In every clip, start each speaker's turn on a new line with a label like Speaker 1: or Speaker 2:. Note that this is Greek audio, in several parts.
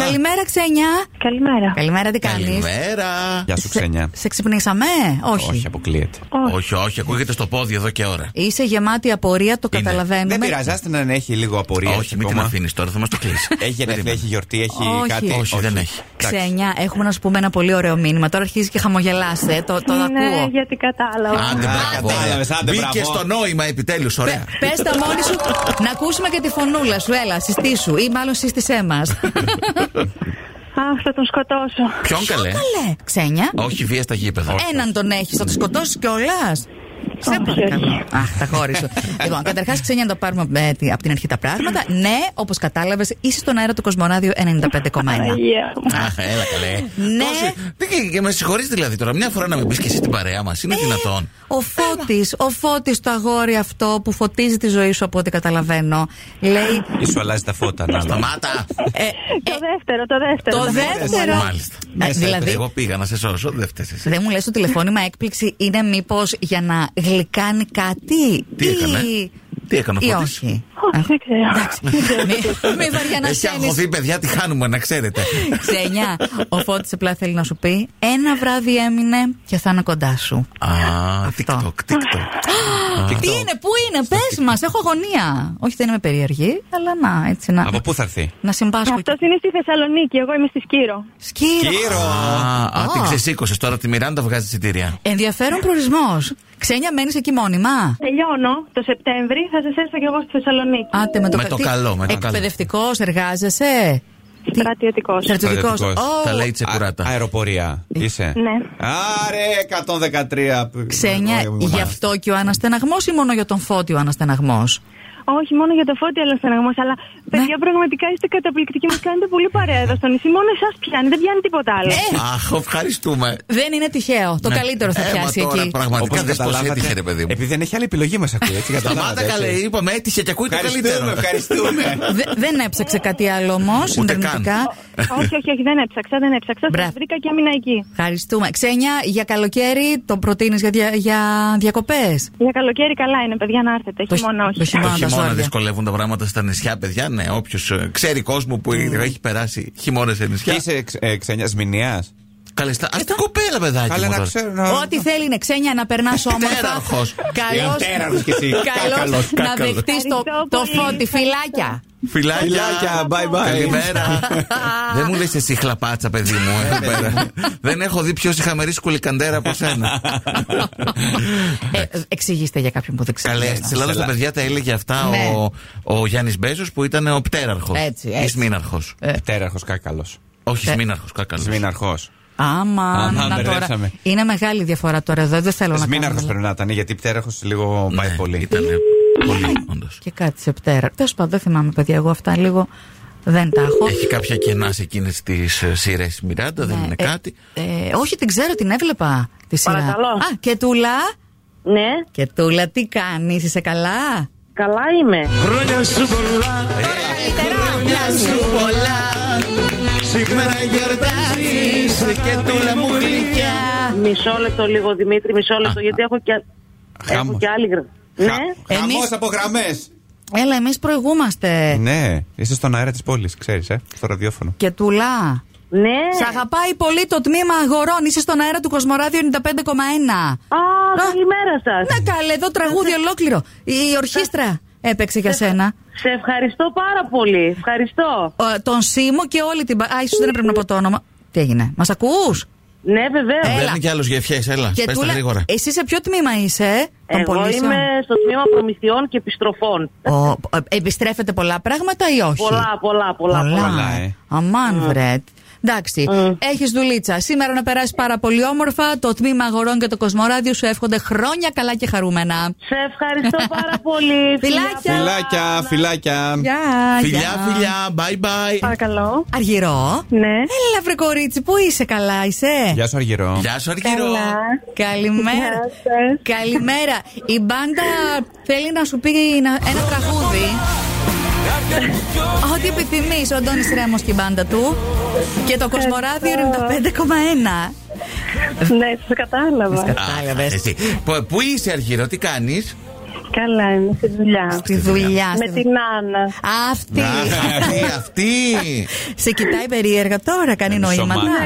Speaker 1: Καλημέρα, Ξένια.
Speaker 2: Καλημέρα.
Speaker 1: Καλημέρα, τι κάνεις.
Speaker 3: Καλημέρα.
Speaker 4: Γεια σου, Ξένια.
Speaker 1: Σε ξυπνήσαμε, όχι.
Speaker 4: Όχι, αποκλείεται.
Speaker 2: Όχι.
Speaker 3: Όχι, όχι, ακούγεται στο πόδι εδώ και ώρα.
Speaker 1: Είσαι γεμάτη απορία, το
Speaker 3: Είναι.
Speaker 1: καταλαβαίνουμε.
Speaker 4: Δεν πειράζει, άστε να έχει λίγο απορία.
Speaker 3: Όχι, μην την αφήνεις τώρα, θα μας το κλείσει.
Speaker 1: Ε,
Speaker 4: Έχει γενέθλια, έχει γιορτή, έχει
Speaker 1: Όχι.
Speaker 4: κάτι.
Speaker 3: Όχι, δεν έχει.
Speaker 4: Εντάξει.
Speaker 1: Ξένια, έχουμε να σου πούμε ένα πολύ ωραίο μήνυμα. Τώρα αρχίζεις και χαμογελάστε. Το, το
Speaker 2: Ναι,
Speaker 1: ακούω.
Speaker 2: γιατί κατάλαβα.
Speaker 3: Άντε,
Speaker 4: Α,
Speaker 3: μπράβο.
Speaker 4: κατάλαβες, άντε,
Speaker 3: Μπήκε
Speaker 4: μπράβο.
Speaker 3: στο νόημα επιτέλους, ωραία.
Speaker 1: Πε τα μόνη σου να ακούσουμε και τη φωνούλα σου. Έλα, συστήσου ή μάλλον σύστησέ μας.
Speaker 2: Αχ, θα τον σκοτώσω.
Speaker 3: Ποιον καλέ.
Speaker 1: Καλέ, Ξένια.
Speaker 3: Όχι βία στα γήπεδα.
Speaker 1: Έναν τον έχεις, θα τον σκοτώσεις κιόλας. Σε
Speaker 2: Όχι,
Speaker 1: παρακαλώ.
Speaker 2: όχι.
Speaker 1: Αχ, τα χώρισε. λοιπόν, καταρχάς, Ξένια, να το πάρουμε ε, από την αρχή τα πράγματα. Ναι, όπως κατάλαβες, είσαι στον αέρα του Κοσμοράδιο 95,1.
Speaker 2: Αγία μου.
Speaker 3: Αχ, έλα καλέ.
Speaker 1: Ναι.
Speaker 3: Τόση- Τι και- και με συγχωρείς δηλαδή τώρα, μια φορά να με πεις και εσύ την παρέα μας,
Speaker 1: Ε.
Speaker 3: είναι δυνατόν.
Speaker 1: Ο Φώτης, ο Φώτης το αγόρι αυτό που φωτίζει τη ζωή σου από ό,τι καταλαβαίνω Λέει
Speaker 4: Ή σου αλλάζει τα φώτα. να δω.
Speaker 3: Σταμάτα.
Speaker 1: ε,
Speaker 2: Το δεύτερο, το δεύτερο.
Speaker 1: Το δεύτερο
Speaker 3: Μάλιστα. Ε,
Speaker 1: Α, Δηλαδή
Speaker 3: Εγώ πήγα να σε σώσω, δεν φταίει εσύ.
Speaker 1: δεν μου λες το τηλεφώνημα έκπληξη είναι μήπως για να γλυκάνει κάτι
Speaker 3: Τι
Speaker 1: ή-
Speaker 3: έκανε? Τι έκανε ο
Speaker 1: Ή
Speaker 3: Φώτης?
Speaker 1: όχι
Speaker 2: Όχι, δεν ξέρω.
Speaker 1: Μη
Speaker 3: Έχει
Speaker 1: βαριανασένεις
Speaker 3: αγχωθεί, παιδιά, τι χάνουμε, να ξέρετε.
Speaker 1: Ξένια, ο Φώτης απλά θέλει να σου πει Ένα βράδυ έμεινε και θα είναι κοντά σου
Speaker 3: Α, TikTok,
Speaker 1: Αυτό.
Speaker 3: TikTok.
Speaker 1: Τι είναι, πού είναι, πες μας, έχω αγωνία Όχι δεν είμαι περίεργη, αλλά να έτσι να
Speaker 4: Από πού θα έρθει.
Speaker 1: να συμπάσχω
Speaker 2: Αυτό είναι στη Θεσσαλονίκη, εγώ είμαι στη Σκύρο.
Speaker 1: Σκύρο.
Speaker 4: Κύρο!
Speaker 3: Α, Α, την
Speaker 1: Α.
Speaker 3: ξεσήκωσες τώρα τη Μιράντα, βγάζει εισιτήρια.
Speaker 1: Ενδιαφέρον προορισμός. Ξένια, μένεις εκεί μόνιμα.
Speaker 2: Τελειώνω το Σεπτέμβρη, θα σα έρθω κι εγώ στη Θεσσαλονίκη.
Speaker 1: Άντε με το,
Speaker 3: Με το καλό, με το καλό.
Speaker 1: Εκπαιδευτικός, εργάζεσαι.
Speaker 2: Στρατιωτικός.
Speaker 1: Στρατιωτικός.
Speaker 4: Στρατιωτικός.
Speaker 3: Τα λέει τσεκουράτα.
Speaker 4: Α- Αεροπορία. Είσαι.
Speaker 2: Ναι.
Speaker 4: Άρε, 113. που-
Speaker 1: Ξένια,
Speaker 4: Ωραία, μου
Speaker 1: γι'
Speaker 4: μάθατε.
Speaker 1: αυτό και ο αναστεναγμό ή μόνο για τον φώτιο αναστεναγμό.
Speaker 2: Όχι μόνο για το φώτι, αλλά στεναγμός. Αλλά
Speaker 1: Ναι.
Speaker 2: παιδιά, πραγματικά είστε καταπληκτικοί. Μας κάνετε πολύ παρέα εδώ στο νησί. Μόνο εσάς πιάνει, δεν πιάνει τίποτα άλλο.
Speaker 1: Ε,
Speaker 3: Αχ, ευχαριστούμε.
Speaker 1: δεν είναι τυχαίο. Το
Speaker 3: Ναι.
Speaker 1: καλύτερο θα
Speaker 3: Ε, μα
Speaker 1: πιάσει
Speaker 3: τώρα,
Speaker 1: εκεί.
Speaker 3: Πραγματικά
Speaker 4: Όπως
Speaker 3: δεν πώ
Speaker 4: καταλάβατε,
Speaker 3: έτυχε, ρε παιδί μου.
Speaker 4: Επειδή δεν έχει άλλη επιλογή μα ακούει. Έτσι, καταλάβατε,
Speaker 3: Σταμάτα
Speaker 4: έτσι.
Speaker 3: καλέ, είπαμε έτυχε και ακούει το καλύτερο.
Speaker 4: Ευχαριστούμε, ευχαριστούμε.
Speaker 1: Δε- δεν έψαξε κάτι άλλο όμως.
Speaker 3: Ούτε καν.
Speaker 1: Συντερνητικά.
Speaker 2: όχι, όχι, όχι, δεν έψαξα, δεν έψαξα. Σα
Speaker 1: Μπράβο.
Speaker 2: βρήκα και έμεινα εκεί.
Speaker 1: Ευχαριστούμε. Ξένια, για καλοκαίρι το προτείνεις για, δια, για διακοπές.
Speaker 2: Για καλοκαίρι καλά είναι, παιδιά, να έρθετε.
Speaker 1: Το χ-
Speaker 2: Χειμώνα, όχι.
Speaker 1: το χειμώνα.
Speaker 3: Το
Speaker 1: Χειμώνα τα
Speaker 3: χειμώνα
Speaker 1: ζώδια.
Speaker 3: δυσκολεύουν τα πράγματα στα νησιά, παιδιά. Ναι, όποιος ξέρει κόσμο που έχει περάσει χειμώνες σε
Speaker 4: Και
Speaker 3: νησιά.
Speaker 4: είσαι ε, ξένιας Μηνία.
Speaker 3: Καλεστά. Ας την κοπέλα, παιδάκι.
Speaker 4: Καλά
Speaker 3: μου
Speaker 4: να
Speaker 3: τώρα.
Speaker 4: ξέρω. να-
Speaker 1: Ό,τι θέλει είναι ξένια να περνάς όμορφα.
Speaker 3: Τέραρχος.
Speaker 1: Καλώς.
Speaker 3: Ε,
Speaker 4: Τέραρχος κι εσύ. Κάκαλος,
Speaker 1: να
Speaker 4: κάκαλος.
Speaker 1: δεχτείς το,
Speaker 2: Ευχαριστώ
Speaker 1: το
Speaker 2: πολύ.
Speaker 1: φώτι. Φιλάκια.
Speaker 4: Φιλάκια,
Speaker 3: Φιλάκια.
Speaker 4: bye bye.
Speaker 3: Καλημέρα. Δεν μου λες εσύ χλαπάτσα, παιδί μου. εδώ πέρα. Δεν έχω δει πιο συχαμερή σκουλικαντέρα από σένα.
Speaker 1: ε, εξηγήστε για κάποιον που δεν ξέρει.
Speaker 3: Καλέ, στην Ελλάδα στα
Speaker 4: Καλά.
Speaker 3: παιδιά τα έλεγε αυτά
Speaker 1: Ναι.
Speaker 3: ο, ο Γιάννης Μπέζος που ήταν ο πτέραρχος.
Speaker 1: Έτσι, έτσι.
Speaker 3: Ή σμήναρχο.
Speaker 4: Ε, Πτέραρχος κάκαλος.
Speaker 3: Όχι, σμήναρχο, κάκαλο.
Speaker 4: Σμήναρχο.
Speaker 1: Άμα,
Speaker 4: Α,
Speaker 1: να τώρα.
Speaker 4: μπερδέψαμε.
Speaker 1: Είναι μεγάλη η διαφορά τώρα εδώ. Δεν θέλω να κάνω.
Speaker 4: Σμήναρχο πρέπει να ήταν, γιατί πτέραρχος λίγο πάει πολύ.
Speaker 3: Ήταν Ναι, πολύ, όντως.
Speaker 1: Και κάτι σε πτέρα. Τέλος πάντων, δεν θυμάμαι, παιδιά. Εγώ αυτά λίγο δεν τα έχω.
Speaker 3: Έχει κάποια κενά σε εκείνες τις σειρέ η Μιράντα, δεν είναι
Speaker 1: Ε,
Speaker 3: κάτι.
Speaker 1: ε, όχι, την ξέρω, την έβλεπα. Τη σειρά.
Speaker 5: Παρακαλώ.
Speaker 1: Α, και τούλα.
Speaker 5: Ναι,
Speaker 1: Και τούλα, τι κάνεις, είσαι καλά.
Speaker 5: καλά είμαι.
Speaker 6: Χρόνια σου πολλά,
Speaker 1: Καλύτερα.
Speaker 3: Σήμερα γιορτάζεις και τούλα μου γλυκιά.
Speaker 5: Μισό λεπτό λίγο, Δημήτρη, μισό λεπτό, γιατί έχω και, έχω
Speaker 4: Χάμος.
Speaker 5: και άλλη γραμμή. Ναι,
Speaker 1: Εμείς- Ε.
Speaker 4: Χαμό από γραμμές.
Speaker 1: Έλα, εμείς προηγούμαστε.
Speaker 4: Ναι, είσαι στον αέρα της πόλης, ξέρεις, ε, στο ραδιόφωνο.
Speaker 1: Και τούλα.
Speaker 5: ναι.
Speaker 1: Σ' αγαπάει πολύ το τμήμα αγορών. Είσαι στον αέρα του Κοσμοράδιο 95,1.
Speaker 5: Α, καλημέρα σας.
Speaker 1: Να καλέ, εδώ τραγούδι ολόκληρο. Η ορχήστρα έπαιξε για σένα.
Speaker 5: Σε ευχαριστώ πάρα πολύ. Ευχαριστώ.
Speaker 1: Ο, τον Σίμω και όλη την. πα- Α, ίσως δεν έπρεπε να πω το όνομα. Τι έγινε, μας ακούς.
Speaker 5: Ναι, βεβαίως.
Speaker 3: Μπαίνει κι άλλο γεφιέ, έλα. Πες τα γρήγορα.
Speaker 5: Ε,
Speaker 1: εσύ σε ποιο τμήμα είσαι, ε, των
Speaker 5: Εγώ
Speaker 1: πωλήσεων?
Speaker 5: είμαι στο τμήμα προμηθειών και επιστροφών.
Speaker 1: Ο, ο, επιστρέφετε πολλά πράγματα ή όχι.
Speaker 5: Πολλά, πολλά, πολλά. πολλά.
Speaker 4: πολλά, ε.
Speaker 2: Mm.
Speaker 1: Αμάν, βρε. Εντάξει, έχεις δουλίτσα. Σήμερα να περάσεις πάρα πολύ όμορφα. Το τμήμα αγορών και το Κοσμοράδιο σου εύχονται χρόνια καλά και χαρούμενα.
Speaker 5: Σε ευχαριστώ πάρα πολύ.
Speaker 1: Φιλάκια.
Speaker 4: Φιλάκια, φιλάκια.
Speaker 1: Γεια,
Speaker 3: Φιλιά,
Speaker 1: γεια.
Speaker 3: φιλιά, bye bye.
Speaker 2: Παρακαλώ.
Speaker 1: Αργυρό.
Speaker 2: Ναι.
Speaker 1: Έλα, βρε κορίτσι, πού είσαι, καλά είσαι.
Speaker 4: Γεια σου, Αργυρό.
Speaker 3: Γεια σου, Αργυρό.
Speaker 2: Καλά.
Speaker 1: Καλημέρα.
Speaker 2: Γεια σας.
Speaker 1: Καλημέρα. Η μπάντα θέλει να σου πει ένα ένα τραγούδι. Ό,τι επιθυμείς, ο Αντώνης Ρέμος και η μπάντα του. Και το Κοσμοράδιο 95,1.
Speaker 2: Ναι, σας κατάλαβα.
Speaker 3: Α,
Speaker 1: Κατάλαβες.
Speaker 3: εσύ. Πο- Πού είσαι, Αργυρό, τι κάνεις.
Speaker 5: Καλά είναι, στη δουλειά.
Speaker 1: Στη δουλειά.
Speaker 5: Με την Άννα.
Speaker 1: Αυτή.
Speaker 3: Αυτή, αυτή.
Speaker 1: Σε κοιτάει περίεργα τώρα, κάνει
Speaker 4: Εμείς
Speaker 1: νοήματα.
Speaker 4: ομάδα.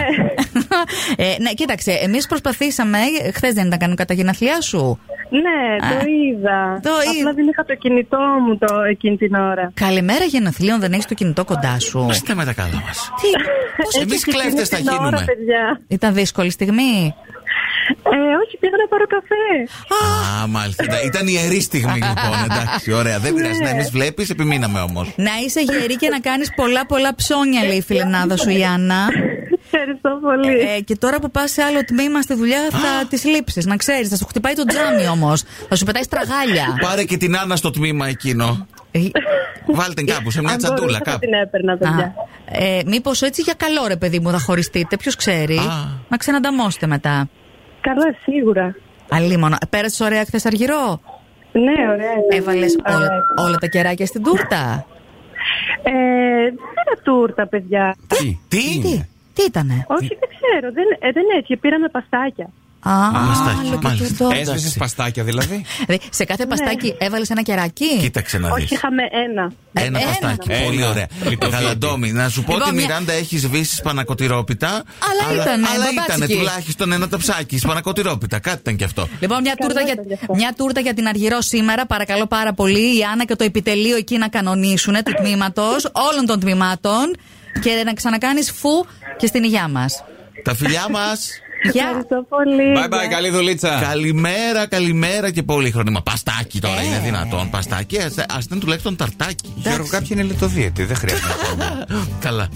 Speaker 1: ε, ναι, κοίταξε, εμείς προσπαθήσαμε. Χθες δεν ήταν κανονικά τα γενέθλιά σου.
Speaker 5: Ναι,
Speaker 1: Α.
Speaker 5: το είδα.
Speaker 1: Το είδα.
Speaker 5: Απλά δεν είχα το κινητό μου το, εκείνη την ώρα.
Speaker 1: Καλημέρα γενεθλίων, δεν έχεις το κινητό κοντά σου.
Speaker 3: Πώς με τα καλά μας.
Speaker 1: Τι, πώς
Speaker 3: Εμείς
Speaker 5: Εκείνη
Speaker 3: κλέφτες θα
Speaker 5: την ώρα,
Speaker 3: γίνουμε.
Speaker 5: παιδιά.
Speaker 1: Ήταν δύσκολη στιγμή.
Speaker 5: Ε, όχι, πήγα να πάρω καφέ.
Speaker 3: Α, μάλιστα. Ήταν- Ήταν ιερή στιγμή λοιπόν. Εντάξει, ωραία. Δεν πειράζει
Speaker 5: Ναι.
Speaker 3: να εμείς βλέπεις, επιμείναμε όμως.
Speaker 1: Να είσαι γερή και να κάνεις πολλά πολλά ψώνια, λέει η φιλενάδα σου η Άννα.
Speaker 5: Ευχαριστώ πολύ.
Speaker 1: Ε, και τώρα που πας σε άλλο τμήμα στη δουλειά θα τις λείψεις, να ξέρεις. Θα σου χτυπάει το τζάμι όμως. Θα σου πετάει στραγάλια.
Speaker 3: Πάρε και την Άννα στο τμήμα εκείνο.
Speaker 1: Ε,
Speaker 3: Βάλτε την κάπου, σε μια
Speaker 5: Αν
Speaker 3: τσαντούλα
Speaker 5: μπορούσα, θα
Speaker 3: κάπου.
Speaker 5: την έπαιρνα,
Speaker 1: α,
Speaker 5: παιδιά.
Speaker 1: ε, μήπως έτσι για καλό ρε παιδί μου θα χωριστείτε, ποιος ξέρει.
Speaker 3: Α.
Speaker 1: Να ξανανταμώσετε μετά.
Speaker 5: Καλά, σίγουρα.
Speaker 1: Αλίμονο. Πέρασες ωραία χθες αργυρό.
Speaker 5: Ναι, ωραία. είναι.
Speaker 1: Έβαλες όλα,
Speaker 5: Ωραία.
Speaker 1: όλα τα κεράκια στην τούρτα.
Speaker 5: Ε, δεν είναι τούρτα, παιδιά.
Speaker 4: Τι,
Speaker 3: Τι?
Speaker 1: Τι, τι ήτανε.
Speaker 5: Όχι, δεν ξέρω. Δεν, ε, δεν έτυχε. Πήραμε παστάκια.
Speaker 1: Α,
Speaker 3: μαστάκι,
Speaker 1: άλλο και
Speaker 3: μάλιστα. Ε,
Speaker 1: τούτο.
Speaker 4: Έσβεσες παστάκια δηλαδή.
Speaker 1: Δηλαδή, Σε
Speaker 5: Ναι.
Speaker 1: κάθε παστάκι έβαλες ένα κεράκι.
Speaker 3: Κοίταξε να δει.
Speaker 5: Όχι, είχαμε ένα.
Speaker 3: Ένα
Speaker 1: Ένα.
Speaker 3: παστάκι.
Speaker 4: Ένα.
Speaker 3: Πολύ ωραία.
Speaker 4: Λιτοφύτη.
Speaker 3: Γαλαντόμι, να σου πω
Speaker 1: Λοιπόν,
Speaker 3: ότι η
Speaker 1: μια-
Speaker 3: Μιράντα έχεις σβήσει σπανακοτηρόπιτα.
Speaker 1: Αλλά ήτανε,
Speaker 3: Αλλά
Speaker 1: μπαμπάτσικη.
Speaker 3: ήτανε τουλάχιστον ένα ταψάκι σπανακοτηρόπιτα. Κάτι ήταν κι αυτό.
Speaker 1: Λοιπόν, μια τούρτα, για, μια τούρτα για την Αργυρό σήμερα, παρακαλώ πάρα πολύ. Η Άννα και το επιτελείο εκεί να κανονίσουν του τμήματος, όλων των τμήματων. Και να ξανακάνεις φου και στην υγειά μας.
Speaker 3: Τα φιλιά μας.
Speaker 1: Γεια.
Speaker 5: Ευχαριστώ πολύ.
Speaker 2: Ναι.
Speaker 4: Bye bye, καλή δουλίτσα.
Speaker 3: καλημέρα, καλημέρα και πολύ χρονίμα. Παστάκι τώρα,
Speaker 1: Ε.
Speaker 3: είναι δυνατόν. Παστάκι, ας ήταν τουλάχιστον ταρτάκι.
Speaker 4: Γιώργο, κάποιοι είναι λιτοδίαιτοι, δεν χρειάζεται. να πούμε.
Speaker 3: Καλά.